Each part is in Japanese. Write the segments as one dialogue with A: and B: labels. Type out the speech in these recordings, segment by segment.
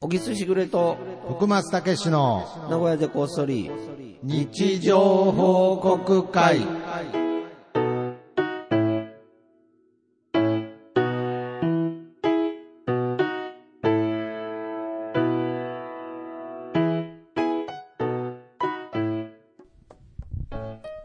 A: おぎすしぐれと、
B: 徳松たけしの
A: 名古屋でこっそり、
B: 日常報告会。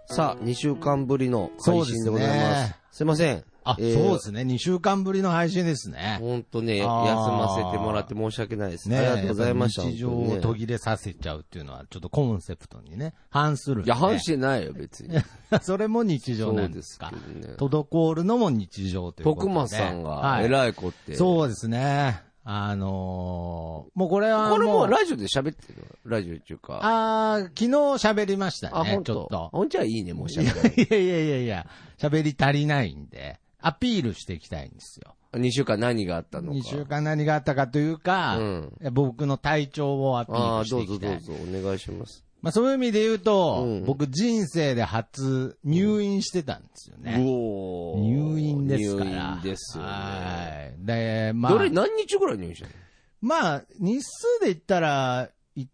A: さあ、2週間ぶりの配信でございます。
B: そうですす
A: い
B: ね
A: ません。
B: あ、
A: えー
B: そうですね。2週間ぶりの配信ですね。
A: ほんとね、休
B: あー
A: ませてもらって申し訳ないです。
B: ね
A: ありがとうございました。
B: やっぱ日常
A: 本
B: を
A: 当に
B: 途
A: ね
B: 切れさせちゃうっていうのは、ちょっとコンセプトにね、反するん
A: い
B: で、
A: や、反してないよ、別に。
B: それも日常なんですか
A: そうですけどね。
B: 滞るのも日常ということ
A: 徳
B: で。
A: 松さんが
B: は、い
A: 偉い子って。う。
B: そうですね。あのーもうこれはも
A: こ
B: う。
A: れもうラジオで喋ってるのラジオっていうか。
B: あー昨日喋りました
A: あ、ほ
B: ね
A: ん、
B: ちょっ
A: と
B: と。。
A: ほんじゃいいね、もう
B: い
A: 喋
B: や
A: らない
B: いやいやいやいや、喋り足りないんで、アピールしていきたいんですよ。
A: 2週間何があったのか。
B: 2週間何があったかというか、
A: うん
B: 僕の体調をアピー
A: ああ
B: ルし
A: ー、ど
B: て
A: う
B: い
A: ぞど
B: きた
A: う
B: い。
A: ぞ、お願いします。
B: まあ、そういう意味で言うと、
A: うん
B: 僕人生で初入院してたんですよね。
A: おー
B: 入院ですから。
A: 入院ですよね。
B: はい。で、まあ、
A: どれ何日ぐらい入院したの
B: まあ、日数で言ったら、5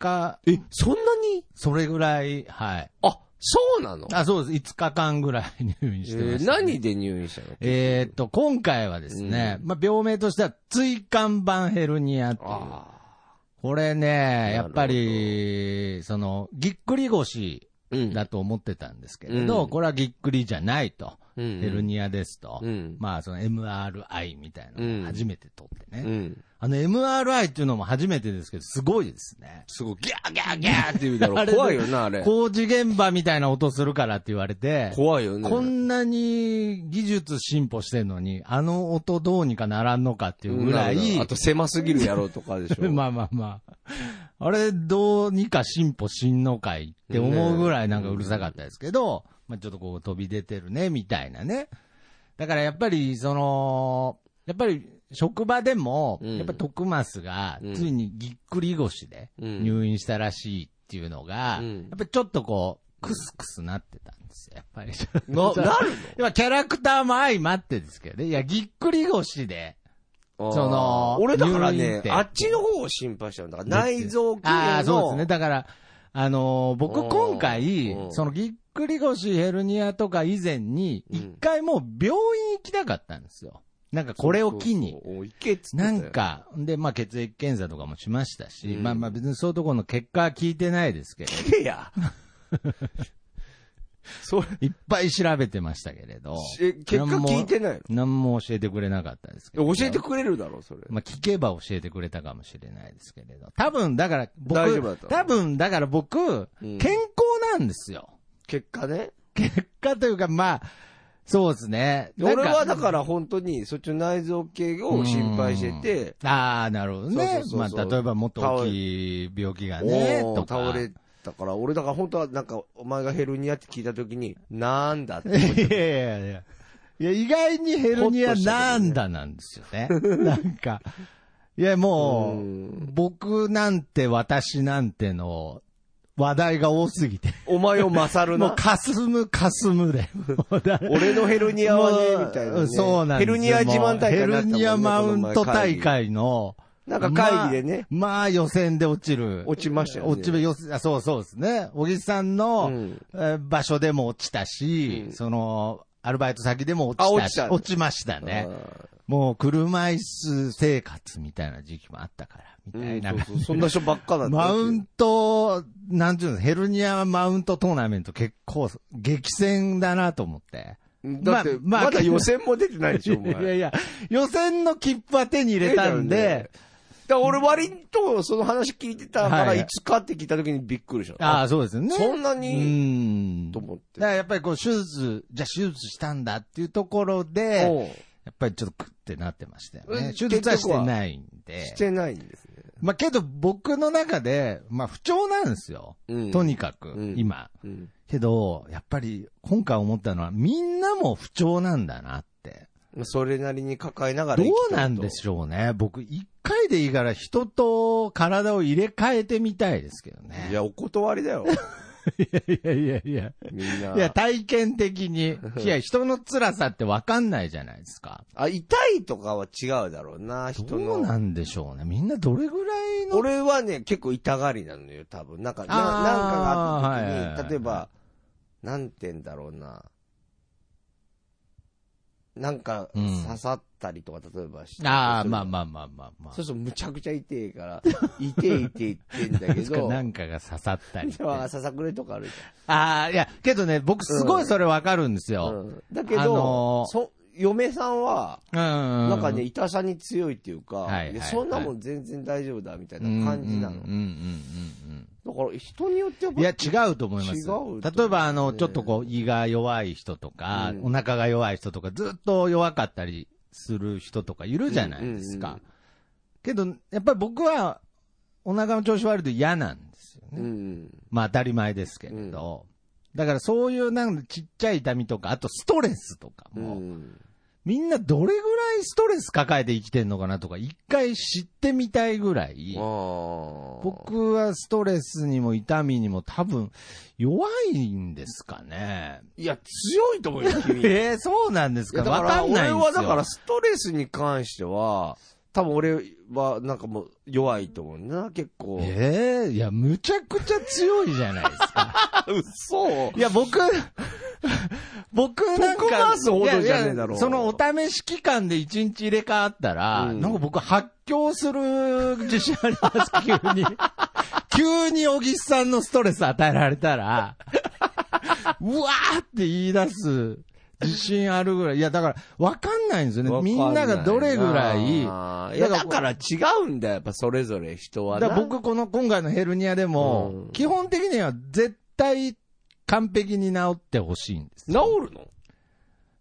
B: 日、
A: え、そんなに
B: それぐらい、はい。
A: あ、そうなの
B: あ、そうです。5日間ぐらい入院
A: え
B: してま
A: ー
B: した、ね
A: 何で入院したの
B: えーっと、今回はですね、まあ、病名としては、椎間板ヘルニアっていう。
A: あ
B: これね、
A: なる
B: や
A: ほ
B: っ
A: ど
B: ぱり、その、ぎっくり腰
A: あ。うん。
B: だと思ってたんですけれど、
A: うん
B: これはぎっくりじゃないと。
A: うん
B: ヘルニアですと。
A: うん
B: まあ、その MRI みたいなのを初めて取ってね。
A: うん。
B: あの MRI っていうのも初めてですけど、すごいですね。
A: すごい、ギャーギャーギャーって言うだろ。怖いよな、あれ。
B: 工事現場みたいな音するからって言われて、
A: 怖いよね。
B: こんなに技術進歩してるのに、あの音どうにかならんのかっていうぐらい、
A: なるほどあと狭すぎるやろと かでしょ。
B: まあまあまあ、あれどうにか進歩しんのかいって思うぐらいなんかうるさかったですけど、まあちょっとこう飛び出てるね、みたいなね。だからやっぱり、その、やっぱり職場でも、
A: うん
B: やっぱ徳松が
A: うん
B: ついにぎっくり腰で
A: うん
B: 入院したらしいっていうのが、
A: うん
B: やっぱりちょっとこう、クスクスなってたんですよ、やっぱり。
A: な、な る
B: 今、キャラクターも相まってですけどね。いや、ぎっくり腰で。
A: の
B: その
A: あー俺だから
B: 入院
A: ね
B: っ、て
A: あっちの方を心配しちゃうんだから、内臓系の。
B: ああ、そうですね。だから、あのー僕今回
A: う、ん
B: そのぎっくり腰ヘルニアとか以前に、
A: うん
B: 一回もう病院行きたかったんですよ。なんかこれを機に
A: そう。そうそう。おいけっつってた
B: な
A: よ
B: ん。か、で、まあ血液検査とかもしましたし、
A: うん
B: まあまあ別にそういうところの結果は聞いてないです けど、
A: いや。それ、
B: いっぱい調べてましたけれど。
A: え結果聞いてないの
B: 何も教えてくれなかったですけど。
A: 教えてくれるだろ、それ。
B: まあ、聞けば教えてくれたかもしれないですけれど。多分、だから僕、
A: 大丈夫だった
B: 多分、だから僕、
A: うん
B: 健康なんですよ。
A: 結果ね。
B: 結果というか、まあ、そうですね。なん
A: 俺はだ
B: ら、
A: から本当に、そっちの内臓系を心配してて、
B: ああ、なるほど
A: そう
B: ね
A: そう。そ
B: ま
A: う
B: あ、
A: そう
B: 例えばもっと大きい病気がね、
A: おー
B: とか。
A: 倒れたから、俺だから本当はなんか、お前がヘルニアって聞いたときに、なんだって思っ
B: い
A: て。
B: やいやいや。いや、意外にヘルニアなんだなんですよね。なんか。いや、も
A: う
B: う、僕なんて私なんての話題が多すぎて。
A: お前を勝る
B: もう
A: な。
B: かすむかすむで。もうだ
A: 俺のヘルニアはね、みたいな、
B: も
A: ね。
B: うそうなんで
A: ヘ
B: す
A: ルニア自慢大会
B: ヘ
A: にな
B: ル
A: ったもんね
B: ニアマウント大。
A: この前
B: 会の。
A: なんか会議でね
B: まあ、まあ予選で落ちる。
A: 落ちましたよね
B: 落ちるよせあそうそうですね。小木さん
A: う
B: の
A: ん
B: えー場所でも落ちたし、その、アルバイト先でも落
A: あ
B: ち
A: 落
B: た
A: ち
B: した落ちましたね。もう車椅子生活みたいな時期もあったから、みた
A: うん
B: いな。
A: そうそうそんな人ばっかだった。
B: マウント、なんていうの、ヘルニアマウントトーナメント結構激戦だなと思って。
A: だって、
B: まあまあ
A: まだ予選も出てないでしょ、お前。
B: いやいや、予選の切符は手に入れたんで、
A: だから俺割とその話聞いてたか
B: は
A: ら、
B: い
A: いつかって聞いた時にびっくりした。
B: ああ、そうですよね。
A: そんな
B: う
A: に
B: ん。
A: と
B: だ
A: 思っ
B: か
A: て。
B: らやっぱりこう手術、じゃあ手術したんだっていうところ
A: お
B: で、
A: う
B: やっぱりちょっとクってなってましたよ
A: うん
B: ね。手術はしてないんで
A: し。てないんですね。
B: まあけど僕の中で、まあ不調なんですよ。
A: うん
B: とにかく、
A: うん
B: 今。
A: うん
B: けど、やっぱり今回思ったのはみんなも不調なんだなって。
A: それなりに抱えながら
B: ど
A: 生きてると
B: うなんでしょうね。僕一回でいいから人と体を入れ替えてみたいですけどね。
A: いや、お断りだよ。
B: いやいやいや。
A: みんな。
B: いや、体験 的に。いや、人の辛さってわかんないじゃないですか。
A: あ、痛いとかは違うだろうな、人
B: どう
A: の。
B: なんでしょうね。みんなどれぐらいの。
A: 俺はね、結構痛がりなのよ、多分。なんか、ななん
B: あー
A: かがあった時に、
B: はいはいはい
A: 例えば、なんて言うんだろうな。なんか、
B: うん
A: 刺さったりとか、例えばして。
B: ああ、まあ
A: あ。
B: まあまあまあまあ。
A: そうそう、むちゃくちゃ痛いから、痛い痛いって言 ってんだけ
B: なんか
A: ど、
B: なんかが刺さったりって。
A: ささくれとかあるじ
B: ああ、いや、けどね、僕すごいそれわかるんです
A: ゃん。
B: よ。
A: うんだけど、
B: あのー
A: そ嫁さんは、
B: うん。な
A: なんかね、、痛さに強いっていうか、
B: はいはいはい
A: いやそんなもん全然大丈夫だみたいな感じな
B: うん
A: の
B: うん。うん
A: だから人によってやっ
B: う
A: ぱ
B: ん。いや、違うと思いま
A: 違う
B: す。
A: と思うね
B: 例えば、あの、ちょっとこう、胃が弱い人とか、
A: うん
B: お腹が弱い人とか、ずっと弱かったりする人とかいるじゃないですか。
A: うんうん
B: けど、やっぱり僕は、お腹の調子悪いと嫌なんですよね。
A: うん。
B: まあ当たり前ですけれど。だからそういうなんかちっちゃい痛みとか、あとストレスとか
A: う
B: も、
A: ん。
B: みんなどれぐらいストレス抱えて生きてんのかなとか、一回知ってみたいぐらい
A: あ、あ。
B: 僕はストレスにも痛みにも多分弱いんですかね。
A: いや、強いと思うよ、君。 い
B: えー、そうなんです
A: や
B: か
A: だ
B: わ
A: か、
B: からんない
A: 俺
B: んで
A: は
B: す
A: だから
B: よ。
A: ストレスに関しては、多分俺はなんかもう弱いと思うな、結構。
B: えー、いや、むちゃくちゃ強いじゃないですか。
A: あ、 嘘
B: いや、僕、 僕なんか、
A: 僕回すほどじゃねえだろ
B: いやいやそのお試し期間で一日入れ替わったら、
A: うん
B: なんか僕発狂する自信あります、急 に。急に小木さんのストレス与えられたら、うわーって言い出す自信あるぐらい。いや、だから、わかんないんですよね。みんながどれぐらい、
A: いや、だから違うんだよ、やっぱそれぞれ人はな。
B: だから僕、この今回のヘルニアでも、
A: うん
B: 基本的には絶対完璧に治ってほしいんです
A: 治
B: よ。
A: るの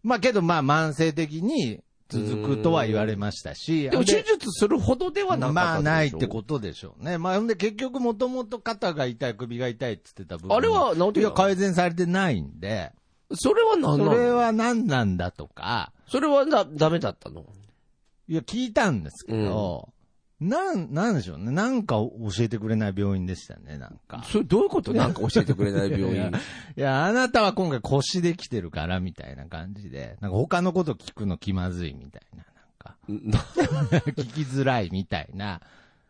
B: まあけど、まあ慢性的に続くとは言われましたし、
A: でも手術するほどではなかった
B: まあないって
A: と
B: ことでしょうね。まあほんで結局もともと肩が痛い、首が痛いって言ってた部分。
A: あれは治って
B: い
A: な
B: や
A: い
B: 改善されてないんで、
A: それは何
B: そ
A: なの
B: れは何なんだとか、
A: それはだ、ダメだったの
B: いや聞いたんですけど、なん、なんでしょうね。なんか教えてくれない病院でしたね、なんか。
A: それどういうことなんか教えてくれない病
B: いや
A: 院。
B: いや、あなたは今回腰できてるから、みたいな感じで。なんか他のこと聞くの気まずい、みたいな。なん か、聞きづらい、みたいな。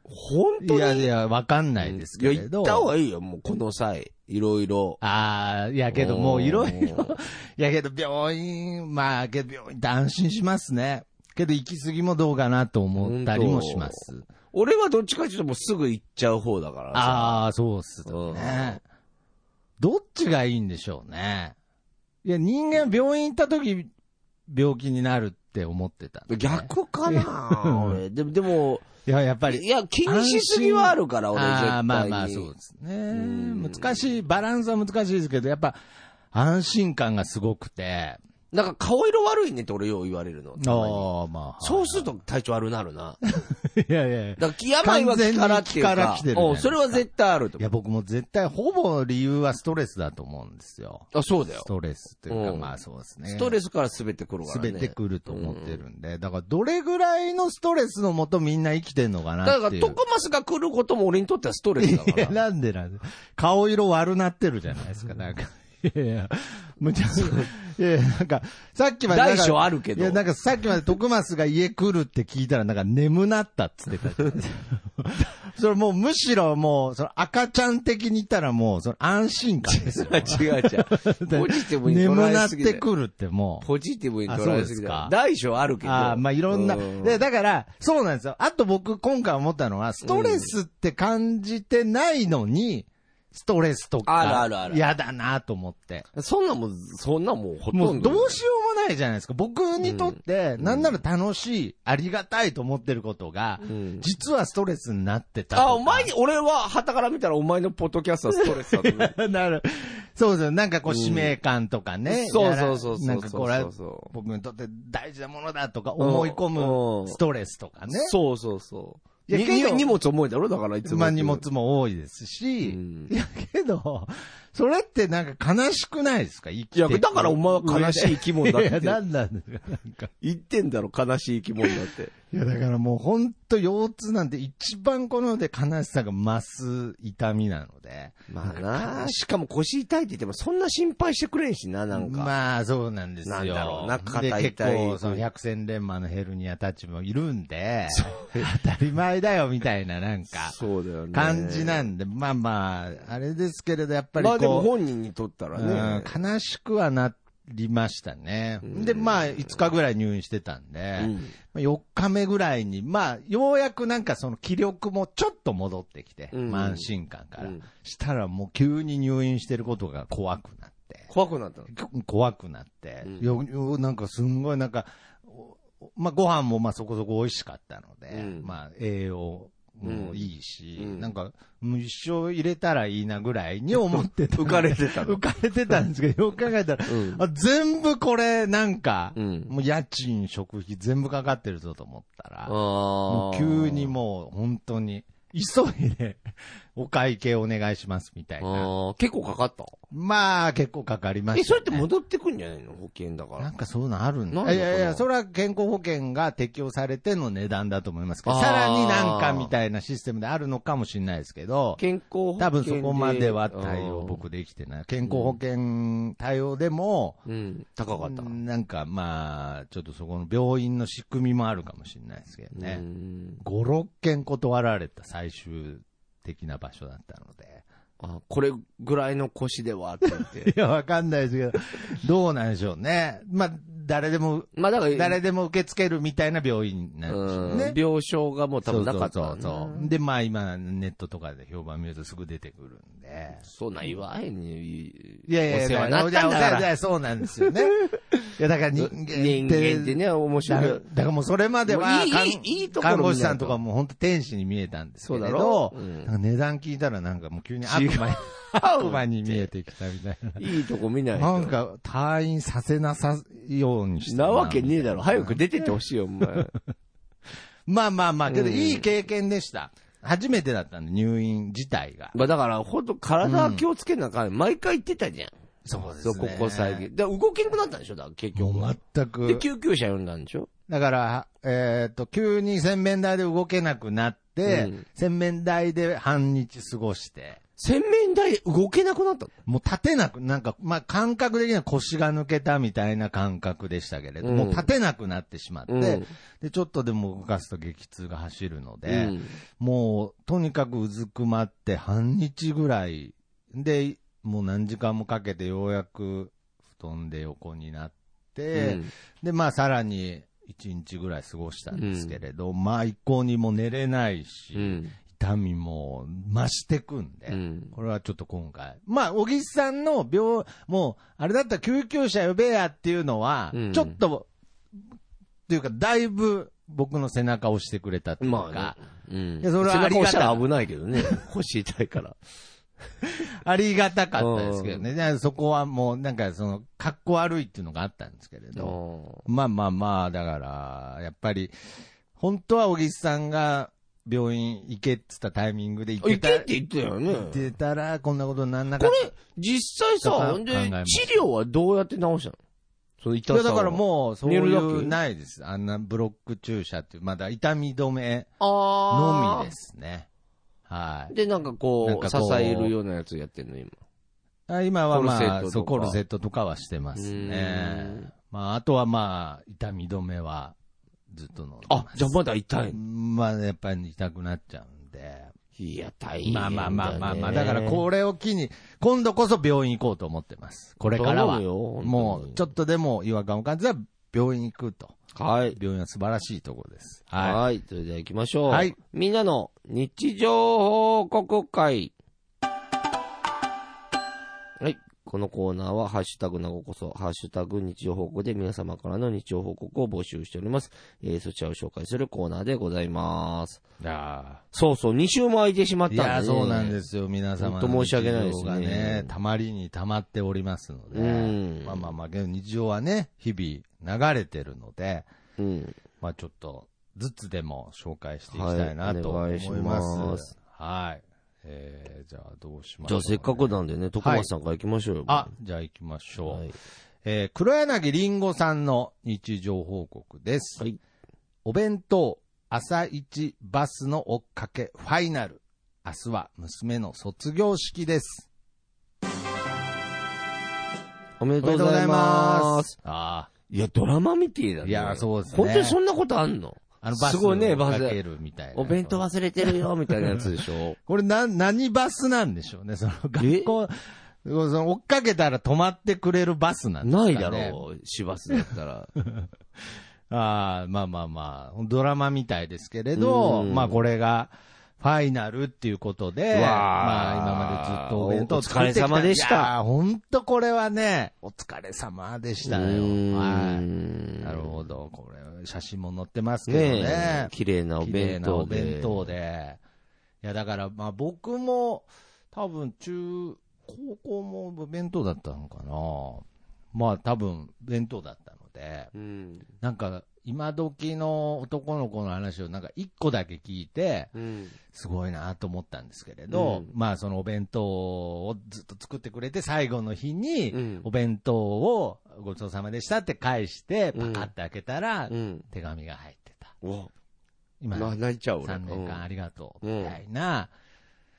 A: 本
B: い
A: 当に
B: やいや、わかんないですけれ
A: いや、行
B: ど。
A: った方がいいよ、もうこの際。いろいろ。
B: ああ、いやけどもういろいろ。
A: ろ。
B: いやけど病院、まあ、けど病院って安心しますね。けど行き過ぎもどうかなと思ったりもします。
A: 俺はどっちかっていうともうすぐ行っちゃう方だからさ。
B: ああ、そうっすよね。どっちがいいんでしょうね。いや、人間病院行った時、病気になるって思ってたんで。
A: 逆かな 俺。でも、でも、
B: いや、やっぱり。
A: いや、気にしすぎはあるから、俺絶対に。
B: ああ、まあまあ、そうですね。
A: ん
B: 難しい、バランスは難しいですけど、やっぱ、安心感がすごくて。
A: なんか顔色悪いねって俺よう言われるの。たまに
B: ああ、まあ。
A: そうすると体調悪なるな。だか
B: いやいやいや。い
A: ら病は気からっていう
B: 完全に気から
A: か
B: 来てる。じゃない
A: お
B: で
A: う
B: すか
A: それは絶対あると思
B: や、僕も絶対、ほぼ理由はストレスだと思うんですよ。
A: う。あ、そうだよ
B: ス。トレスというか、
A: うん
B: まあそうですね。
A: ストレスから全て来るか
B: す
A: らね。
B: べてくると思ってるんで、だからどれぐらいのストレスのもとみんな生きてんのかな
A: だ
B: っ
A: か
B: てい
A: ら、
B: う。
A: トコマスが来ることも俺にとってはストレスだ
B: いや、
A: から。
B: なんでなんで。顔色悪なってるじゃないですか、なんか。いやいや、むちゃ いやいや、なんか、さっきまでなん
A: 大
B: か。
A: 小あるけ
B: い
A: ど
B: や、。なんかさっきまで徳松が家来るって聞いたら、なんか眠なったっつってたじゃないですか。 それもうむしろもう、その赤ちゃん的に言ったらもう、その安心感です よ。
A: 違う違う。ポジティブに
B: 眠
A: 捉
B: な
A: え
B: っ
A: すぎだ
B: て
A: よ
B: くるってもう。
A: ポジティブに捉えすぎ
B: あそうですか
A: だよ。大小あるけど。
B: ああ、まあいろんな。
A: うん
B: で、だから、そうなんですよ。あと僕今回思ったのは、ストレスって感じてないのに、ストレスとか、
A: あるあるある
B: 嫌だなと思って。
A: そんなもん、そんなもんほとんど。
B: もうどうしようもないじゃないですか。僕にとって、なんなら楽しい、ありがたいと思ってることが、
A: ん
B: 実はストレスになってたとか。
A: あ、お前に、俺は、旗から見たらお前のポッドキャストはストレスだと思う。
B: なる。そうですよ。なんかこう、使命感とかね。
A: そう
B: やら
A: そうそうそうそう
B: なんかこれは
A: そうそう、
B: 僕にとって大事なものだとか思い込
A: うんうん
B: むストレスとかね。
A: そうそうそう。
B: いや
A: に
B: けど
A: に荷物重いだろだからいつも。
B: まあ荷。物も多いですし、
A: うん
B: いやけど、それってなんか悲しくないですか生
A: い
B: きて
A: や、だからお前は悲しい生き物だ
B: いや、
A: って
B: なんなんですか、なんか。
A: 言ってんだろ、悲しい生き物だって。
B: いいや、だからもう本当腰痛なんて一番この世で悲しさが増す痛みなので。
A: まあな、しかも腰痛いって言っても、そんな心配してくれんしな、なんか。
B: まあ、そうなんですよ。
A: なんだろうな肩
B: で
A: 痛い
B: 結構、その百戦錬磨のヘルニアたちもいるんで、当たり前だよみたいななんか、
A: そうだよね。
B: 感じなんで、まあまあ、あれですけれど、やっぱり
A: ま
B: こ
A: あ
B: う、
A: でも本人にとったらね。
B: うん悲しくはなりましたね。
A: うん
B: で、まあ、5日ぐらい入院してたんで、
A: うん
B: まあ4日目ぐらいに、まあ、ようやくなんかその気力もちょっと戻ってきて、
A: うん
B: まあ安心感から、
A: うん
B: したらもう急に入院してることが怖くなって、
A: 怖くなったの。
B: こ怖くなって、
A: うん
B: よよなんかすんごいなんか、おおまあ、ご飯もまあそこそこ美味しかったので、
A: うん
B: まあ、栄養もいいし、
A: うん
B: なんか、もう一生入れたらいいなぐらいに思って た。
A: 浮かれてた
B: 浮
A: の。
B: かれてたんですけど、よく考えたら、
A: うん
B: あ全部これ、なんか、
A: うん
B: もう家賃、食費全部かかってるぞと思ったら、も
A: あ
B: う
A: ー
B: 急にもう本当に、急いでお会計お願いしますみたいな。
A: あー結構かかった。
B: まあ結構かかりま
A: え、
B: した、
A: そ
B: ね。
A: れって戻ってくんじゃないの保険だか
B: な
A: ら
B: ん。かそういうのあるん
A: な
B: だ。
A: んだ
B: いやい
A: そ
B: や、
A: の
B: それは健康保険が適用されての値段だと思いますけど、
A: あー
B: さらになんかみたいなシステムであるのかもしれないですけど、
A: 健康保険で
B: 多分そこまでは対応僕できてない。健康保険対応でも、
A: うん。高かった。
B: なんかまあ、ちょっとそこの病院の仕組みもあるかもしれないですけど
A: う
B: ね。
A: ん
B: 5、6件断られた最終的な場所だったので。
A: あ、これぐらいの腰ではって言って。
B: いや、わかんないですけど、どうなんでしょうね。まあ、誰でも、
A: まあだから、
B: 誰でも受け付けるみたいな病院なんでしょ
A: う
B: うんね。
A: 病床がもう多分なかった
B: そ
A: ん
B: う
A: だ
B: そうそうそう。で、まあ今、ネットとかで評判見るとすぐ出てくるんで。
A: そんな祝いに、
B: いやいやいや、
A: お世話になったんだ
B: いやいや
A: か
B: い
A: ら。
B: やそうなんです よね。いや、だから人間って。
A: 人間ってね、面
B: だ
A: 白
B: だ
A: い。
B: からもうそれまでは
A: もういい
B: 看
A: いいいいところ
B: 看護師さんとかも本当天使に見えたんですけれど、
A: そうだろうん
B: なんか値段聞いたらなんかもう急に悪魔に、悪魔に見えてきたみたい
A: いいとこ見な
B: な。
A: い
B: な
A: と
B: ん。か退院させなさようにして
A: なわけねえだろ。早く出てってほしいよ、お前。
B: まあまあまあ、けど
A: うん
B: いい経験でした。初めてだったんで、入院自体が。
A: まあだから、ほんと体は気をつけなあかん。毎回言ってたじゃん。
B: そうで
A: そう、ここ最近。だから動けなくなったんでしょ、だから結局。
B: もう全
A: で、
B: く。
A: 救急車呼んだんでしょ
B: だから、えっ、と、急に洗面台で動けなくなって、
A: うん
B: 洗面台で半日過ごして、
A: 洗面台動けなくなったの
B: もう立てなく、なんか、まあ、感覚的には腰が抜けたみたいな感覚でしたけれど、
A: うん
B: もう立てなくなってしまって、
A: うん
B: で、ちょっとでも動かすと激痛が走るので、
A: うん
B: もう、とにかくうずくまって半日ぐらい、で、もう何時間もかけてようやく布団で横になって、
A: うん
B: で、まあ、さらに1日ぐらい過ごしたんですけれど、まあ、一向にも寝れないし、
A: うん。
B: 痛みも増してくんで、
A: うん
B: これはちょっと今回。まあ、小木さんの病、もう、あれだったら救急車呼べやっていうのは、
A: うん
B: ちょっと、っていうか、だいぶ僕の背中を押してくれたっていうか、
A: まあね。うん。
B: いやそれはあり
A: 背中
B: が
A: 押
B: たい
A: したら危ないけ どね。腰痛いから。
B: ありがたかったですけどね。でそこはもう、なんかその、格好悪いっていうのがあったんですけれど。まあまあまあ、だから、やっぱり、本当は小木さんが病院行けっつったタイミングで
A: 行
B: 行
A: け
B: け
A: った
B: ら、
A: て言ってたよね。
B: 行ってたら、こんなことになんなか
A: こ
B: った。
A: れ、実際
B: ちょっと
A: さ、
B: 考
A: で
B: えます、
A: 治療はどうやって治したのその痛
B: い
A: さ
B: や
A: を
B: だからもう、そうい
A: 寝るだ
B: う、
A: け
B: ないです。あんなブロック注射っていう、まだ痛み止め
A: あ
B: の
A: ー
B: みですね。はい。
A: で、なんか
B: なん
A: こう、
B: かこう
A: 支えるようなやつやってるの、今。
B: あ今は
A: コルセッ
B: ま
A: ト
B: あ、
A: とか
B: そう、コルセットとかはしてま
A: う
B: す
A: ー
B: ね
A: ん。
B: まあ、あとはまあ、痛み止めはずっと飲んでま
A: あ
B: す。、
A: じゃあまだ痛いの
B: まあ、やっぱり痛くなっちゃうんで。
A: いや、大変だ、
B: まあ
A: ね。
B: まあまあまあまあ、だからこれを機に、今度こそ病院行こうと思ってます。これからは。もう、ちょっとでも違和感を感じたら病院行くと。
A: と。はい。
B: 病院は素晴らしいところです。
A: はい。
B: は
A: それでは行きましょう。
B: はい
A: みんなの日常報告会。はい。このコーナーは、ハッシュタグなごこそ、ハッシュタグ日常報告で皆様からの日常報告を募集しております。えー、そちらを紹介するコーナーでございます。
B: い。いや
A: そうそう、2週も空いてしまっ
B: ー
A: たん
B: い
A: だ
B: やー
A: ね。
B: そうなんですよ。皆様の
A: ほんと申し訳ないですね
B: 日常がたまりにたまっておりますので。
A: うん
B: まあまあまあ、けど日常はね、日々流れてるので、
A: うん。
B: まあちょっとずつでも紹介していきたいなと
A: は
B: 思
A: い
B: い
A: お願いし
B: ます。は
A: ま
B: い。
A: す
B: えー、じゃあどうしまし
A: じゃ
B: ょう、
A: あ、せっかくなんでね、徳松さんから行きましょうよ。
B: あ、じゃあ行きましょう。
A: はい
B: えー黒柳りんごさんの日常報告です。
A: はい
B: お弁当、朝一バスの追っかけファイナル。明日は娘の卒業式です。
A: おめ
B: お
A: でとうございます。
B: す。あ
A: いや、ドラマみてえだ
B: あ。
A: ね。
B: いや、そうですね。
A: 本当にそんなことあんの
B: あのバス
A: すごいね
B: を追っかけるみたいな。
A: お弁当忘れてるよ、みたいなやつ でしょ
B: これな、何バスなんでしょうね。その学校、その追っかけたら止まってくれるバスなんですか
A: な
B: ね。
A: いだろう、市バスだったら。
B: ああ、まあまあまあ、ドラマみたいですけれど、
A: うん
B: まあこれが、ファイナルっていうことで、
A: うわー
B: まあ今までずっとお弁当を作ってきた
A: お疲れ様でした
B: いやーほんとこれはね、お疲れ様で したよ。
A: うーん
B: はい。なるほど。これ、写真も載ってますけど
A: ねえ
B: ね、。
A: 綺麗なお
B: 綺麗
A: 弁
B: な
A: 当
B: お
A: で。
B: 弁当で。いや、だから、まあ僕も、多分中、高校もお弁当だったのかな。まあ多分、弁当だったので、
A: うん。
B: なんか、今時の男の子の話をなんか一個だけ聞いて、
A: うん。
B: すごいなと思ったんですけれど、
A: うん
B: まあそのお弁当をずっと作ってくれて、最後の日に、
A: うん
B: お弁当をごちそうさまでしたって返して、パ
A: う
B: カ
A: ん
B: ッて開けたら、
A: うん。
B: 手紙が入ってた。
A: うわ、
B: 今、
A: な
B: 3
A: 泣いちゃう俺。
B: 年間あ
A: り。
B: りがとう、
A: うん
B: みたいな。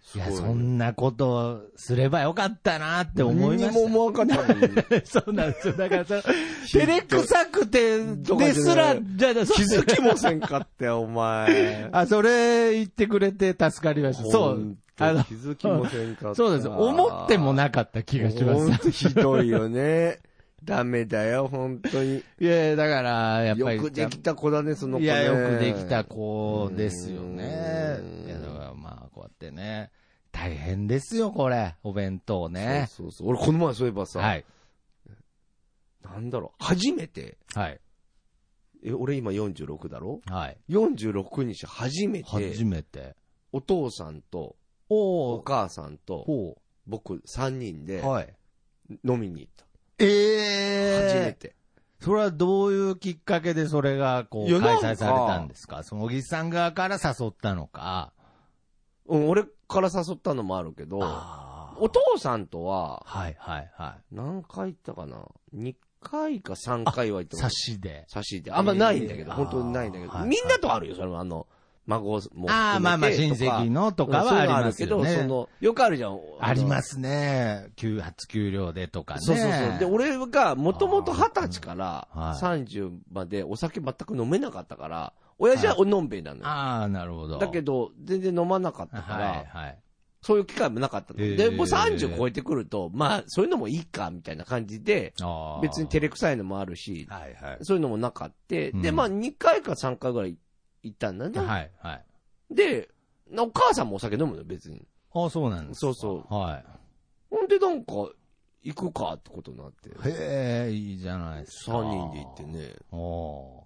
A: す
B: い
A: ご
B: や、
A: いね
B: そんなことをすればよかったなって思いま
A: 何に
B: し
A: も思わんかったの に。
B: た。そうなんですよ。だから その、照れくさくて、ですら、じゃあ、気
A: 気づきもせんかったよ、お前。
B: あ、それ言ってくれて助かりました。そ
A: ほん
B: う
A: と。
B: あの
A: 気、づきもせんかった。
B: そうです。思っても
A: い
B: なかった気がします。
A: ひどいよね。 ダメだよ、本当に。
B: いやいやだから、やっぱり。
A: よくできた子だね、その子
B: い
A: ね。
B: や、よくできた子ですよね
A: う。ん
B: いや、だからまあ、こうやってね。大変ですよ、これ。お弁当ね。
A: そうそうそう。俺、この前そういえばさ、
B: はい。
A: なんだろう、初めて、
B: はい。
A: え、俺今46だろ
B: はい。
A: ?46 にして初め
B: 初
A: て、
B: めて。
A: お父さんと、
B: お
A: お母さんと、
B: ほ
A: 僕3人
B: う。
A: で
B: はい。
A: 飲みに行った。
B: え
A: 初めて。
B: それはどういうきっかけでそれがこ
A: いうや
B: 開
A: な
B: 催
A: んか
B: されたんですかその小木さん側から誘ったのか。
A: うん、俺から誘ったのもあるけど、
B: あー
A: お父さんとは、
B: はいはいは
A: 何回行ったかな ?2 回か3回は行っ
B: い。
A: た
B: 差
A: か
B: しで。
A: 差しで。あんまないんだけど、
B: えー
A: 本当にないんだけど、
B: あーはい
A: みんなとあるよ、それはあの、孫も含めてとか。
B: ああ、まあまあ親戚のとかはありますよ
A: うんそういうのあるけど、そ
B: ね。
A: の、よくあるじゃん。。
B: ありますすね。給発給料でとかね。
A: そうそうそう。で、俺がもともと二十歳か
B: あーは
A: ら
B: い
A: 30までお酒全く飲めなかったから、親父はおのんべいなのよ。
B: ああ、なるほど。
A: だけど、
B: ど、
A: 全然飲まなかったか
B: はい
A: ら、
B: はい。
A: そういう機会もなかったの。
B: へー
A: で、もう30超えてくると、まあ、そういうのもいいか、みたいな感じで、
B: ああ。
A: 別に照れくさいのもあるし、
B: はいはい。
A: そういうのもなかって、
B: うん
A: で、まあ、2回か3回ぐらい行ったんだね。
B: はいはい。
A: で、なお母さんもお酒飲むのよ、別に。
B: ああ、そうなんです。
A: そうそう。
B: は
A: ほんで、なんか、行くかってことになって。
B: い。へえ、いいじゃないですか。
A: 3人で行って。ね。
B: お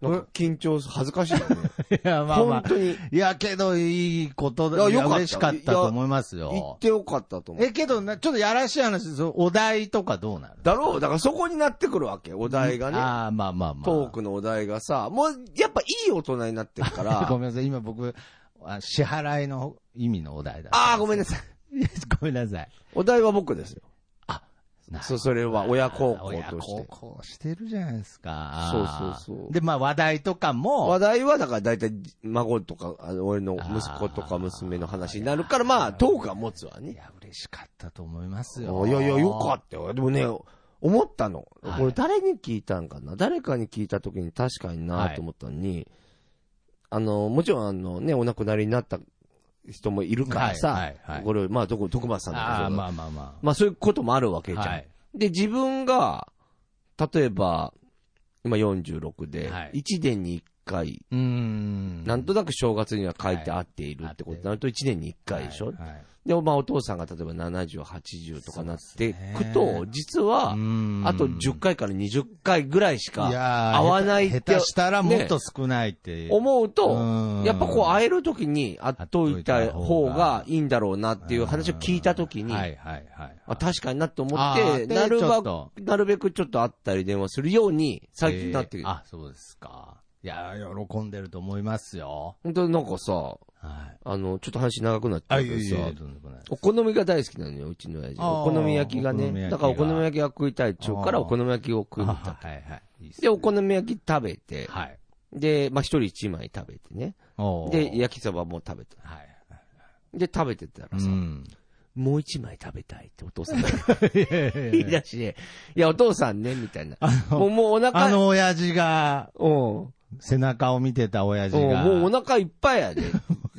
A: なんか緊張す、恥ずかしいよね。
B: ーい や、まあま
A: 本
B: あ。
A: 当に。
B: いや、けど、いいこと
A: いや
B: だ。い
A: よ
B: や
A: かった
B: 嬉しかったと思います
A: 行
B: よ
A: っ。てよかったと思う。
B: え、けどな、ちょっとやらしい話ですよ。お題とかどうなる
A: だろうだからそこになってくるわけ。お題がね。
B: ああ、まあまあまあ。
A: トークのお題がさ、もう、やっぱいい大人になってるから。
B: ご
A: あ
B: めんなさい、今僕、あ支払いの意味のお題だ。
A: あー、ごめんなさい。
B: いやごめんなさい。
A: お題は僕ですよ。
B: な
A: そ、それは親孝行
B: 親
A: とし
B: 孝
A: て。
B: 行してるじゃないですか。
A: そうそうそう
B: で、まあ話題とか
A: 話
B: も、
A: 題はだから大体孫とか、あの俺の息子とか娘の話になるから、まあ、トークは持つわ
B: い
A: ね。
B: や、嬉しかったと思います
A: い
B: よ。
A: やいや、よかったよ。でもね、思ったの。
B: はい
A: これ誰に聞いたんかな誰かに聞いた時に確かになと思ったのに、あの、もちろんあのね、お亡くなりになった人もいるから
B: は
A: さ
B: いはいはい、
A: これ、まあ、どこ、徳松さん
B: ああ、
A: だけど、
B: まあまあま
A: まあそういうこともあるわ
B: あ。
A: けじゃ
B: は
A: ん
B: い。。
A: で、自分が、例えば、今46で
B: はい、
A: 1年に1回、
B: うーん。
A: なんとなく正月には書いて
B: はい
A: 会っているってことになると1年に1回でしょ、
B: はいはい
A: でもまあお父さんが例えば70、80とかなって
B: そう
A: く
B: ですね
A: と、実は
B: うー、ん
A: あと10回から20回ぐらいし
B: い
A: か
B: やー
A: 合わないって
B: 下手下手したらもっと少ないって。
A: 思うと、
B: と
A: やっぱこう会える時に会っといた方がいいんだろうなっていう話を聞いた時に、
B: はいはいはい。
A: あ確かになって思
B: あ
A: って、
B: ーで
A: なる
B: ちょ
A: ば
B: っと
A: なるべくちょっと会ったり電話するように最近なって
B: え
A: る
B: ー。あ、そうですか。いや、喜んでると思いますよ。
A: 本当になんかさ、
B: はい。
A: あの、ちょっと話長くなっちゃうけどさ、
B: とんでもないです
A: お好みが大好きなのよ、うちの親父。
B: あー
A: お好み焼きが
B: お好み
A: ね。
B: 焼き
A: だ
B: が
A: からお好み焼きが食いたいっちゅうから、
B: あー
A: お好み焼きを食いに行った。
B: はいはい。いいっす
A: で、
B: ね
A: お好み焼き食べて、
B: はい。
A: で、まあ、一人一枚食べてね。
B: おー
A: で、焼きそばも食べた。
B: はい。
A: で、食べてたらさ、
B: ん。
A: もう一枚食べたいってお父さ んが
B: いやいや
A: 言
B: い
A: い
B: や
A: 出して、いや、お父さんね、みたいな。もう、もうお腹、
B: あの親父が、
A: うん、
B: 背中を見てた親父
A: うん
B: が。
A: もうお腹いっぱいや で。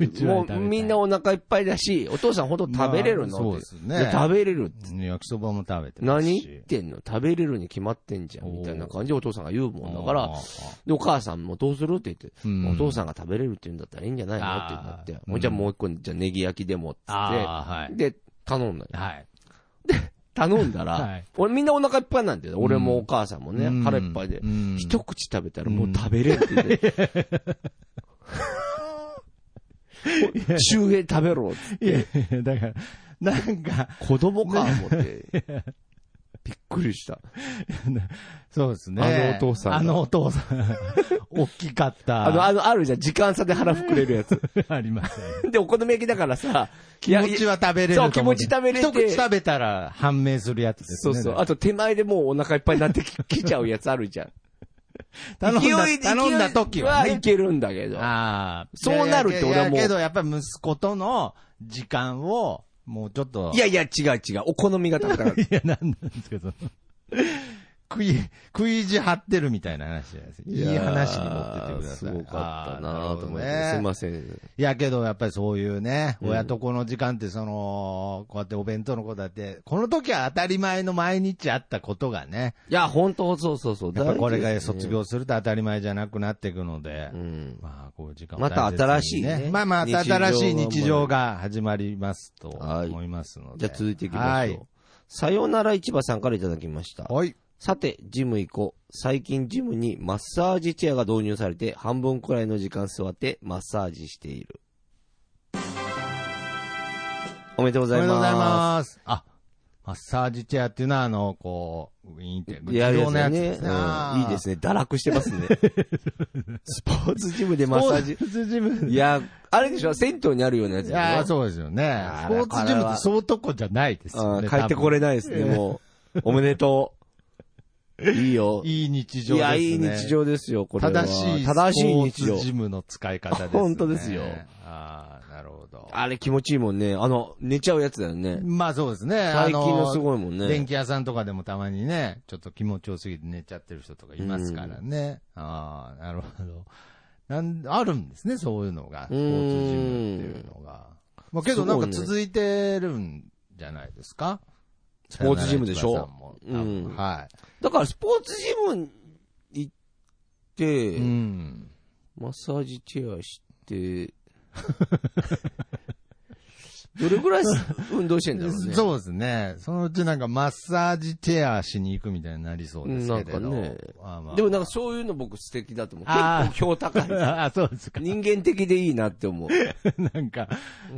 B: 一枚
A: も
B: 食べた
A: う
B: い
A: みんなお腹いっぱいだし、お父さんほんと食べれるの、
B: まあそうですね
A: いや食べれる。
B: 焼きそばも食べてます
A: 何
B: し。
A: 言ってんの食べれるに決まってんじゃん。みたいな感じでお父さんが言うもんだから、で、お母さんもどうするって言って、
B: うん
A: お父さんが食べれるって言うんだったらいいんじゃないの
B: あ
A: ってな
B: ー
A: って、
B: うん
A: もうじゃあもう一個、じゃあネギ焼きでもっつっ
B: ああ、は
A: て、
B: い。
A: で、頼んだよ。
B: はい。
A: 頼んだ ら、
B: はい
A: 俺みんなお腹いっぱいなんだよ。俺もお母さんもね、
B: うん
A: 腹いっぱいで
B: う。ん
A: 一口食べたらもう食べれんって言って。 周辺食べろっつっ
B: いやい
A: て。
B: やだから、なんか、
A: 子供か思って。びっくりした。
B: そうですね。
A: あのお父さんが
B: あのお父さん。大きかった。
A: あの、あの、あるじゃん。時間差で腹膨れるやつ。
B: ありましたね。
A: で、お好み焼きだからさ、
B: 気持ちは食べれると思っ
A: そ
B: て。
A: う気持ち食べれて
B: 一口食べたら判明するやつです
A: そ
B: ね。
A: うそう。あと手前でもうお腹いっぱいになってき きちゃうやつあるじゃん。
B: 頼ん
A: 勢い
B: だ、頼んだ時は、
A: 勢い
B: ね
A: い。けるんだけど。
B: ああ。
A: そうなるって俺はもう
B: いやいやけど、やっぱ息子との時間を、もうちょっと。
A: いやいや、違う違う。お好みが食べたから。
B: いや、なんなんですけど。 食い、食い意地張ってるみたいな話じゃないですか。いい話に持ってってください。
A: すごかったな
B: あー
A: と思って。
B: なる
A: すい
B: ほどね
A: ません。
B: いや、けど、やっぱりそういうね、
A: うん
B: 親と子の時間って、その、こうやってお弁当のことだって、この時は当たり前の毎日あったことがね、
A: いや、本当そうそうそう。
B: やっぱこれ
A: 大事
B: が
A: ですね
B: 卒。業すると当たり前じゃなくなっていくので、
A: うん。
B: まあ、こう時間を
A: また
B: 大切に
A: 新しいね
B: まあまあ、
A: 日常が
B: 新しい日常が始まりますと
A: はい
B: 思いますの
A: じゃ
B: で。
A: あ続いていきま
B: は
A: しょ。。
B: いう
A: さよなら市場さんからいただきました。
B: はい。
A: さて、ジム行こう。最近ジムにマッサージチェアが導入されて、半分くらいの時間座ってマッサージしている。おめでとうござ
B: おめ
A: い
B: でとうござい
A: ま
B: ます。あ、マッサージチェアっていうのは、あの、こう、ウィーンって、
A: す。やるやつだね。
B: ね
A: うんいいですね。堕落してます ね。スポーツジムでマッサージ
B: ス。ポーツジム
A: いや、あれでしょ銭湯にあるようなやつ
B: い
A: だよね
B: やーそうですよね。
A: あ
B: スポ
A: ら
B: ーツジムってそうとこじゃないですよ
A: あ
B: ね。
A: ー帰ってこれ
B: 多
A: ないですね、も う。おめでとう。いいよ。
B: 分いい日常
A: い
B: です
A: や、
B: ね。
A: いい日常ですよ、これは。
B: 正しい、
A: 正しい日
B: スポ
A: 常
B: ーツ。ジムの使い方ですね。
A: 本当ですよ
B: ああ、なるほど。
A: あれ気持ちいいもんね。あの、寝ちゃうやつだよね。
B: まあそうですね。
A: 最近のす
B: い。
A: ごいもん
B: 電
A: ね。
B: 気屋さんとかでもたまにね、ちょっと気持ちよすぎて寝ちゃってる人とかいますからね。ああ、なるほど。なん、あるんですね、そういうのが。スポーツジムっていうのが。まあけどなんか
A: すごいね
B: 続いてるんじゃないですか
A: スポーツジムでしょ
B: さよなら市場さんも多分
A: うん
B: はい。
A: だからスポーツジム行って、
B: うん。
A: マッサージチェアして、 どれぐらい運動してんだろうね。
B: そうですね。そのうちなんかマッサージチェアしに行くみたいになりそうですけれど。
A: なんかね
B: まあまあ
A: でもなんかそういうの僕素敵だと思う。結
B: あー
A: 構評高い。
B: あ、そうですか。
A: 人間的でいいなって思う。
B: なんか、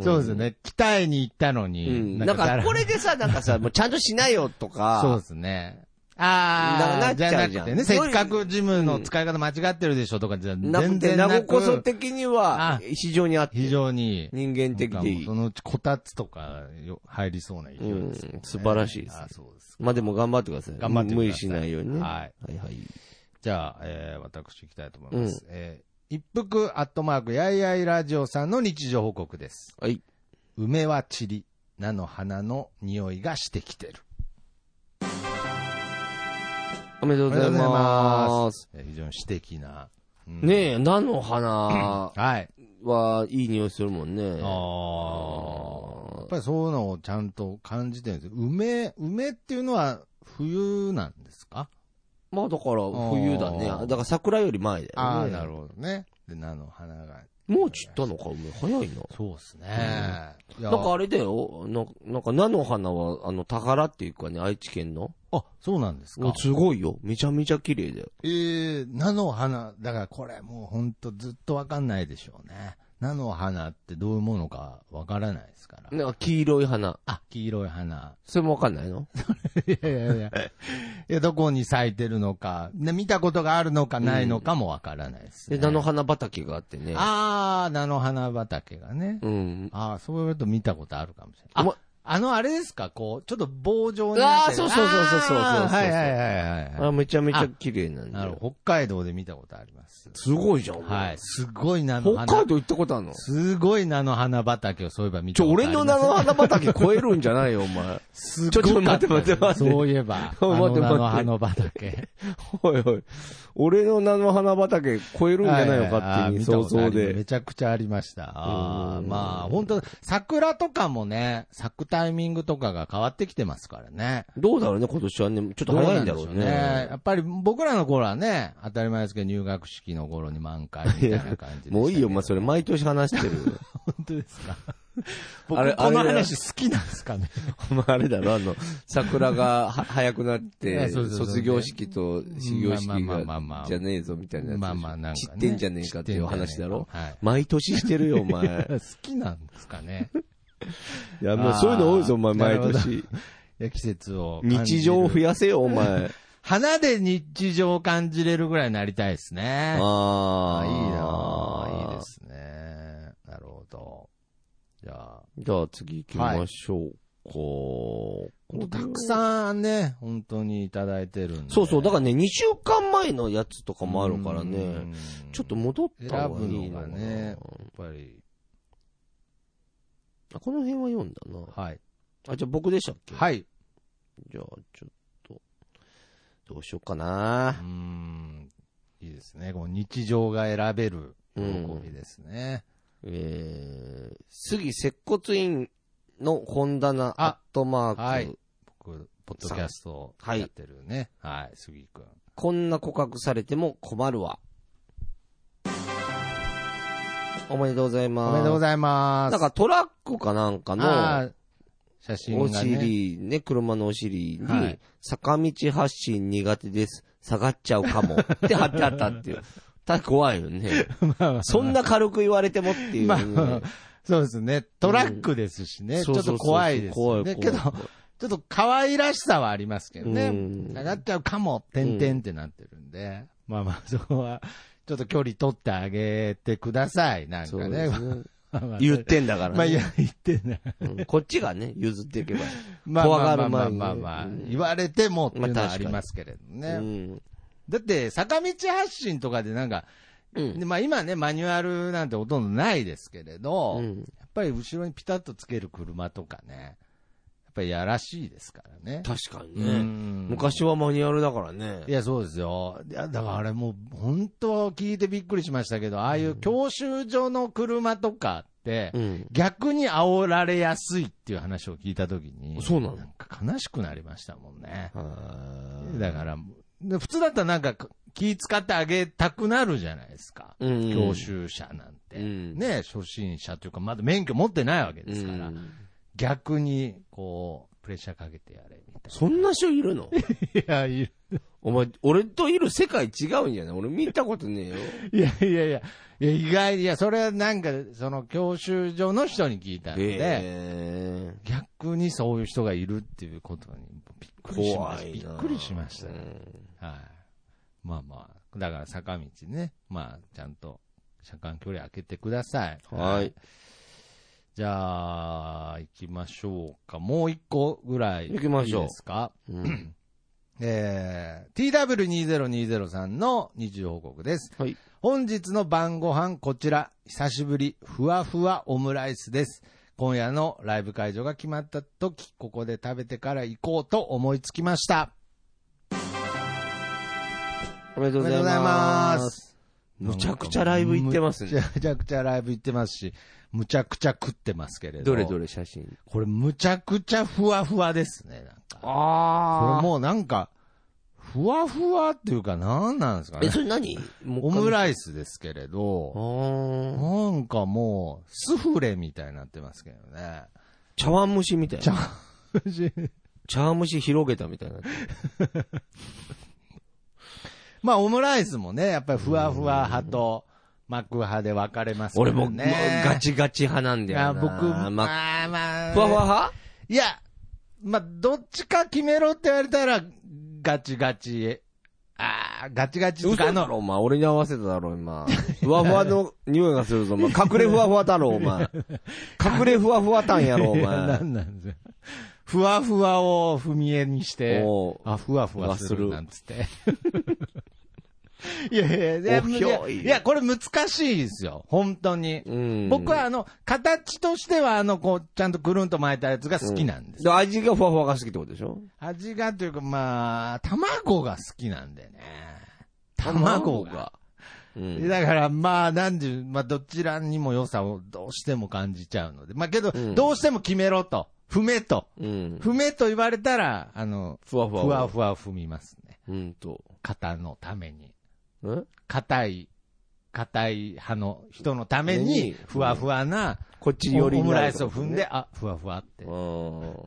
B: そうですね。鍛えに行ったの
A: う
B: に。
A: ん。なん
B: だ
A: からこれでさ、なんかさ、もうちゃんとしないよとか。
B: そうですね。あ
A: ななっ
B: あ、
A: ちゃうじゃん
B: じゃなくてね。せっかくジムの使い方間違ってるでしょとかじゃ
A: なく
B: 全
A: て、
B: 然
A: 名
B: な
A: 古こそ
B: く、
A: 的には
B: あ、
A: 非常にあって、
B: 非常に、
A: 人間的でいい
B: そ。のうちこたつとかよ入りそうな勢いです、
A: うん素晴らしいです
B: あそうです。
A: まあでも頑張ってください。
B: 頑張ってください
A: 無理しないようにね。
B: はい。
A: はいはい。
B: じゃあ、えー私行きたいと思います。えー一服アットマークやいやいラジオさんの日常報告です。
A: はい。
B: 梅は散り、菜の花の匂いがしてきてる。
A: おめでとうござい
B: おめでとうござい
A: ま。
B: ますえー非常に詩的な。うん
A: ねえ、菜の花
B: はい。
A: はいい匂いするもんね。
B: あーやっぱりそういうのをちゃんと感じてるんですよ梅、梅っていうのは冬なんですか
A: まあだから冬だね。
B: あー
A: だから桜より前だよね。
B: ああ、なるほどね。で、菜の花が。
A: もう散ったのか、お前早いな。
B: そうですね。いや
A: なんかあれだよ。ななんか菜の花は、あの、宝っていうかね、愛知県の。
B: あ、そうなんですか
A: もう。すごいよ。めちゃめちゃ綺麗だよ。
B: えー、菜の花、だからこれもうほんとずっとわかんないでしょうね。菜の花ってどういうものかわからないですから。
A: なんか黄色い花。
B: あ、黄色い花。
A: それもわかんないの
B: いやいやい や。いや、どこに咲いてるのか、ね、見たことがあるのかないのかもわからないです、ね
A: で、菜の花畑があってね。
B: あー、菜の花畑がね。
A: うん。
B: あー、そういうと見たことあるかもしれな
A: お
B: い。
A: 前
B: あ、あの、あれですかこう、ちょっと棒状に
A: あ
B: な
A: あ
B: ってる
A: そうそうそうそうそうそう
B: あーはいはいはいはい。
A: あめちゃめちゃ綺麗なんだ
B: なる
A: よ。
B: ほど。北海道で見たことあります。
A: すごいじゃん。
B: はい。すごい菜の
A: 北
B: 花。
A: 海道行ったことあるの
B: すごい菜の花畑をそういえば見
A: ち
B: た
A: ょ、
B: ことあ
A: 俺
B: ります。
A: の菜の花畑超えるんじゃないよ、お前。
B: す
A: ちょちょ待って待って待って、
B: そういえば
A: 待
B: あの
A: って待って
B: 菜の花畑。
A: おいおい。俺の菜の花畑超えるんじゃないのかっ
B: はは
A: て、
B: あー見た
A: 想
B: こ
A: 像
B: とありますめ
A: で。
B: ちゃくちゃありました。あ
A: う
B: ー
A: ん
B: まあ、本当桜とかもね、咲くタイミングとかが変わってきてますからね。
A: どうだろうね、今年はね。ちょっと
B: どう
A: 早い
B: なんん
A: だろ
B: でしょ
A: う
B: うね。や
A: ね。
B: っぱり僕らの頃はね、当たり前ですけど入学式の頃に満開みたいな感じでしたけ ど
A: もういいよ、お前それ。毎年話してる。
B: 本当ですか
A: 僕あれこの話
B: 好きなんですかね
A: お前あれだろ、あの、桜がは早くなって、
B: あそうそうそう
A: 卒業式と始業式
B: まあまあまあま
A: が
B: あ
A: じゃねえぞみたいなやつ。
B: まあまあなんかね。
A: 知ってんじゃねえかっていう話だろ。
B: はい。
A: 毎年してるよ、お前。
B: 好 きなんですかね。
A: いや、もうそういうの多いぞ、お前、
B: あー
A: 毎
B: な
A: 年。
B: いや季節を感じる。
A: 日常を増やせよ、お前。
B: 花で日常を感じれるぐらいになりたいですね。
A: あ
B: あ
A: あ。。
B: いいなあいいですすね。なるほど。じゃあ、
A: じゃあ次行きましょうか。
B: 本当たくさんね、本当にいただいてるんで。
A: そうそう、だからね、2週間前のやつとかもあるから
B: う
A: ね。
B: ん。
A: ちょっと戻った方がいいのか
B: 選ぶ
A: な。
B: のがねやっぱり、
A: あこの辺は読んだな。
B: はい。
A: あ、じゃあ僕でしたっけい。
B: はい。
A: じゃあちょっと、どうしようかな
B: う。ん。いいですね。こう日常が選べる喜びですね。
A: えー、杉接骨院の本棚
B: あ
A: アットマーク、
B: はい僕、ポッドキャスト
A: はい
B: やってるね。はい、杉井くん。
A: こんな告白されても困るわ。おめでとうございます。
B: おめでとうございます。
A: なんかトラックかなんかの、
B: あー写真
A: お
B: が ね。
A: 尻、ね、車のお尻に、
B: はい
A: 坂道発進苦手です。下がっちゃうかも。って貼ってあったっていう。ただ怖いよね。そんな軽く言われてもっていう、ね
B: まあ、 そうですね。トラックですしね。ち
A: そ
B: ょ
A: う
B: っ
A: そうそう
B: と怖いです
A: 怖
B: よ
A: い
B: ね。
A: 怖い
B: けど、ちょっと可愛らしさはありますけど
A: う
B: ね。
A: ん
B: 下がっちゃうかも、てんてんってなってるんで。まあまあ、そこは、ちょっと距離取ってあげてください。なん
A: そ
B: か
A: う
B: ね
A: で。すね。
B: まあまあ
A: 言ってんだからね。
B: まあ、いや、言ってない。
A: うんこっちがね、譲っていけばいい。
B: まあ
A: 怖が
B: まあ
A: る前
B: まあ
A: にね
B: まあまあ
A: うん
B: 言われてもっていうの
A: まあ確
B: は
A: か
B: あ
A: に
B: りますけれどね。
A: うん
B: だって、坂道発進とかでなんか、
A: うん
B: でまあ今ね、マニュアルなんてほとんどないですけれど、
A: う
B: やっ
A: ん
B: ぱり後ろにピタッとつける車とかね、やっぱりやらしいですからね。
A: 確かに
B: う
A: ね。
B: ん
A: 昔はマニュアルだからね。
B: いや、そうですよ。いや、だからあれもう、本当聞いてびっくりしましたけど、ああいう教習所の車とかって、
A: うん。
B: 逆に煽られやすいっていう話を聞いたときに、
A: そうなの
B: んか悲しくなりましたもんね。
A: は
B: だから、で普通だったらなんか気使ってあげたくなるじゃないですか。
A: い。うん
B: 教習者なんて。
A: うん
B: ね、初心者というか、まだ免許持ってないわけですから、
A: うん
B: 逆に、こう、プレッシャーかけてやれ、み
A: そんな人いるの
B: たい な。いや、いる
A: お前、俺といる世界違うんじゃない俺見たこと ねえよ。
B: いやいやいや、いや意外に、いや、それはなんか、その教習所の人に聞いたんで、
A: え
B: 逆にそういう人がいるっていうことに、びっくりしま
A: 怖
B: した。
A: い
B: びっ
A: な。
B: くりしましたね。
A: うん
B: はい。まあまあ、だから坂道ね、まあ、ちゃんと車間距離開けてください。
A: はい。
B: じゃあ、行きましょうか。もう一個ぐらい。
A: 行きましょう
B: いいですか。
A: うん
B: えー、TW2020 さんの日常報告です。
A: はい。
B: 本日の晩ご飯こちら、久しぶり、ふわふわオムライスです。今夜のライブ会場が決まった時、ここで食べてから行こうと思いつきました。
A: おめでとう
B: お
A: ござ
B: めでと
A: いう
B: ござい
A: ま。
B: ますす。
A: むちゃくちゃライブ行ってますね。
B: むちゃくちゃライブ行ってますし、むちゃくちゃ食ってますけれど。
A: どれどれ写真。
B: これむちゃくちゃふわふわですね、なんか。こ
A: あ
B: れもうなんか、ふわふわっていうか何なんですか
A: え、
B: ね。
A: それ何も
B: オム
A: イ
B: ライスですけれ
A: あ
B: ど、
A: ー
B: なんかもう、スフレみたいになってますけど ね。
A: 茶碗蒸しみたい
B: 茶
A: な。茶碗蒸し広げたみたいな。
B: まあオムライスもね、やっぱりふわふわ派と巻く派で分かれますけど
A: 俺
B: ね。
A: ももうガチガチ派なん
B: い
A: だ
B: や、
A: よな。
B: 僕、
A: ま
B: まあまあ。
A: ふわふわ派
B: いや、まあ、どっちか決めろって言われたら、ガチガチ。ああ、ガチガチ
A: 嘘
B: とか
A: だろ、お前。俺に合わせただろ、今。ふわふわの匂いが するぞ、お前。隠れふわふわだろ、お前。隠れふわふわたんやろ、お
B: いやな
A: 前。
B: んなんですよ。ふわふわを踏み絵にして、
A: おー
B: あ、ふわふわする
A: ふわする
B: なんつって。 いやいや
A: お
B: い
A: ひょ
B: や、
A: い
B: いや、これ難しいですよ。本当に。
A: うん。
B: 僕は、あの、形としては、あの、こう、ちゃんとくるんと巻いたやつが好きなんです。
A: で、味がふわふわが好きってことでしょ
B: 味がというか、まあ、卵が好きなんでね。卵が。。
A: うん。
B: だから、まあ、なんで、まあ、どちらにも良さをどうしても感じちゃうので。まあ、けど、
A: うん
B: どうしても決めろと。踏めと。
A: うん。
B: 踏めと言われたら、あの、
A: ふわふ
B: ふ
A: わ。
B: わふわ踏みますね。
A: うんと。
B: 型のために。
A: え
B: 硬い、硬い派の人のために
A: うん、
B: ふわふわな、
A: こっち
B: オ
A: 寄りに
B: ム
A: な
B: ラ
A: る
B: イ
A: って
B: ス
A: こ
B: を
A: と
B: 踏ん
A: ね
B: で、あ、ふわふわって
A: う
B: 思い
A: ん。
B: ます。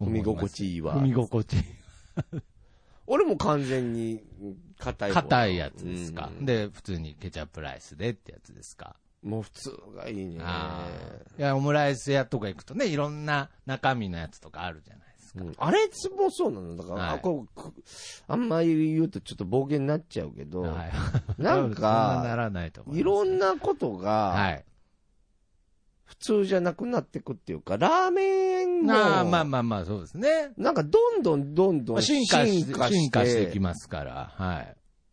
A: 踏み心地いいわ
B: 踏。み心地いい。
A: 俺も完全に硬い方。
B: 硬いやつですか。
A: うん
B: で、普通にケチャップライスでってやつですか。
A: もう普通がいいね。
B: あーいや、オムライス屋とか行くとね、いろんな中身のやつとかあるじゃないですか。
A: うんあれもそうなのだから、
B: はい
A: あこうくあんまり言うとちょっと暴言になっちゃうけど、
B: はい。
A: なん
B: そんなな
A: から
B: ないと思います。
A: いろん
B: な、
A: なこと
B: は
A: が
B: い。
A: 普通じゃなくなってくっていうか、ラーメンも
B: まあまあまあまあ、そうですね。
A: なんかどんどんどんどん
B: 進化し
A: 進化して
B: 進化してきますから、は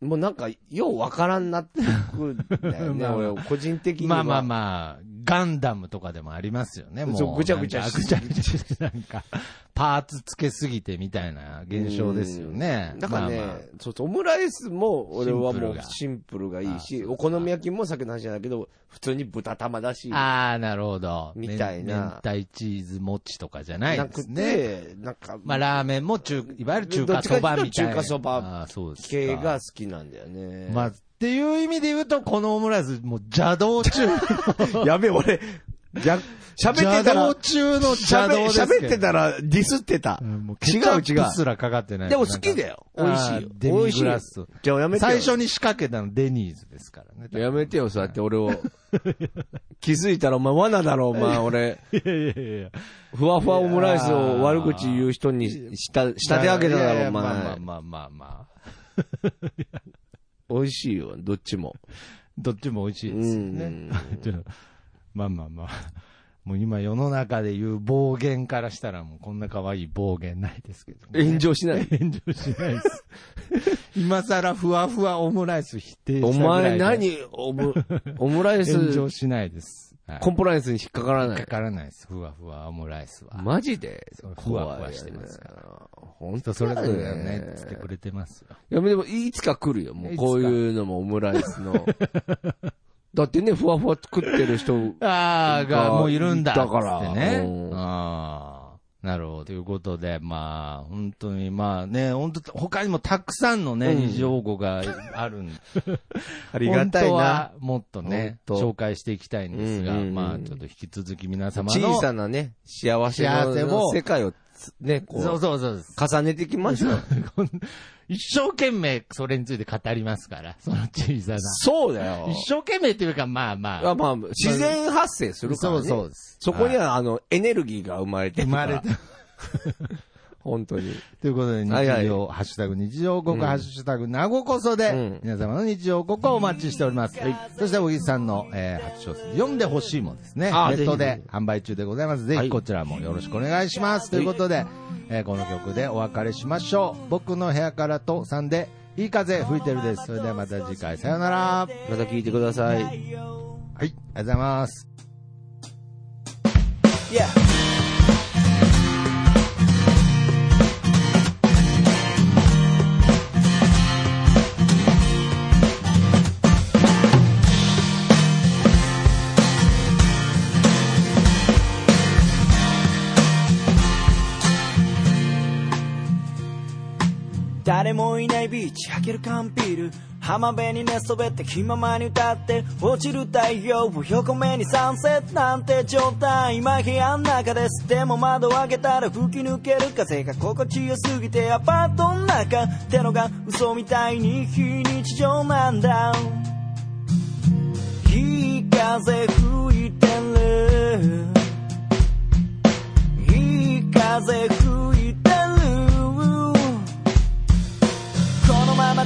B: い。
A: もうなんかようわからんなってくんだよね、
B: まあまあ
A: 俺個人的には
B: まあまあまあ、ガンダムとかでもありますよね、も
A: そう
B: う。
A: ぐちゃぐちゃ
B: なん
A: し
B: かぐちゃぐちゃして、なんか、パーツつけすぎてみたいな現象ですよね
A: う。んだからね、
B: まあまあ
A: そうそう、オムライスも俺はもうシ
B: シ
A: ンプルがいい
B: あ
A: し、
B: そうか
A: お好み焼きもさっきの話じゃないけど、普通に豚玉だし、な
B: ああ、なるほど。
A: みたいな
B: めん明太チーズ餅とかじゃないで
A: く
B: すね。
A: て、なんか、
B: まあ、ラーメンも中、いわゆる中華そばみたい
A: どっちかって
B: な。
A: いうと中華そば
B: あーそうですか
A: 系が好きなんだよね。
B: まあ、っていう意味で言うと、このオムライス、もう邪道中。
A: やべえ、俺、逆喋って
B: 邪
A: たら
B: 道、中の邪道
A: 喋
B: ですけど。
A: 喋ってたらディスってた。
B: うん。もう
A: 違
B: 違
A: う
B: う
A: 違
B: 違
A: う
B: う。すらかかってない。
A: でも好きだよ。美
B: なんか
A: 味しいよ
B: あ。ーデ
A: 美味
B: ミ
A: しい
B: グ
A: よ
B: ラス。
A: じゃあやめてよ。
B: 最初に仕掛けたのデニーズですからね。
A: やめてよ、そうやって俺 を。気づいたら、お前、罠だろ、お前、俺。
B: いやいやいや
A: ふわふわオムライスを悪口言う人にした、したてあげただろ、お
B: まあま
A: 前。
B: あまあまあまあ。
A: 美味しいよ、どっちも。
B: どっちも美味しいですよね
A: う。
B: ちょっとまあまあまあ。もう今世の中で言う暴言からしたらもうこんな可愛い暴言ないですけど、ね。
A: 炎上しない。
B: 炎上し ないです。今さらふわふわオムライス否定した
A: お
B: ぐらいで
A: 前、何、オ ム、オムライス、
B: 炎上しないです。はい
A: コンプライアンスに引っかからな
B: か
A: い。
B: からないです。ふわふわオムライスは。
A: マジで。
B: そうふわふわしてますから
A: 本当
B: 人それぞれだよね
A: だ、
B: つってくれてますよ。
A: いや、でも、いつか来るよ、も。
B: いうつか
A: こういうのもオムライス の。だってね、ふわふわ作ってる人、
B: ああ、
A: が
B: が、もういるんだ。
A: だから
B: つってね
A: うん。
B: ああ。なるほど。ということで、まあ、本当に、まあね、本当他にもたくさんの
A: う
B: ね、
A: ん
B: 二条語があるんで、
A: あ
B: 本当は。もっとね、
A: 本当
B: 紹介していきたいんですが、
A: うんうんうん
B: まあ、ちょっと引き続き皆様の。
A: 小さなね、幸せの
B: 幸せを
A: 世界をつね、こ
B: そう
A: う、
B: そうそう です。
A: 重ねてきま した。
B: 一生懸命それについて語りますから、その小さな。
A: そうだよ
B: 一生懸命というか、まあまあ。
A: あまあ、自然発生するからね。
B: そうそうです。
A: そこに
B: はい
A: は、あの、エネルギーが生まれて
B: 生
A: るから
B: まれた。
A: 本当に。
B: ということで、日常、
A: はいはい
B: ハッシュタグ日常国、
A: うん
B: ハッシュタグなごこそで、
A: うん
B: 皆様の日常国をお待ちしております。そして、小木さんの、えー、初小説、読んでほしいもんですね。ネ
A: あー
B: ット
A: ぜひ
B: で
A: ぜ
B: 販売中でございます。ぜ
A: は
B: ひ
A: い
B: こちらもよろしくお願いします。ということで、えーこの曲でお別れしましょう。僕の部屋からと3で、いい風吹いてるです。それではまた次回、さようなら。はい、
A: また聞いてください。
B: ありがとうございます。
C: 誰もいないビーチ開ける缶ビール浜辺に寝そべって気ままに歌って落ちる太陽を横目にサンセットなんて状態今部屋の中ですでも窓を開けたら吹き抜ける風が心地よすぎてアパートの中ってのが嘘みたいに非日常なんだいい風吹いてるいい風吹いてるこのまま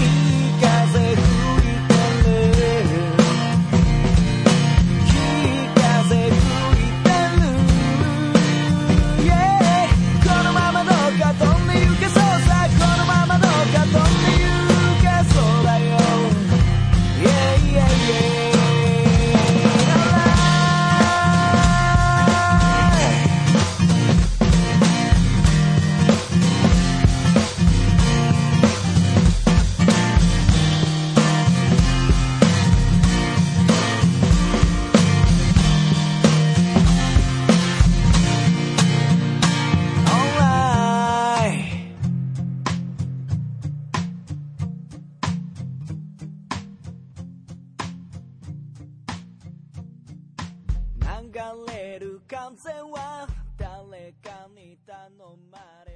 C: いい風吹いてるいい風吹いてる Yeah このままどうか飛んで行けそうさこのままどうか飛んで行けそうだよ Yeah yeah yeah Alright オンライン流れる風は誰かに頼まれ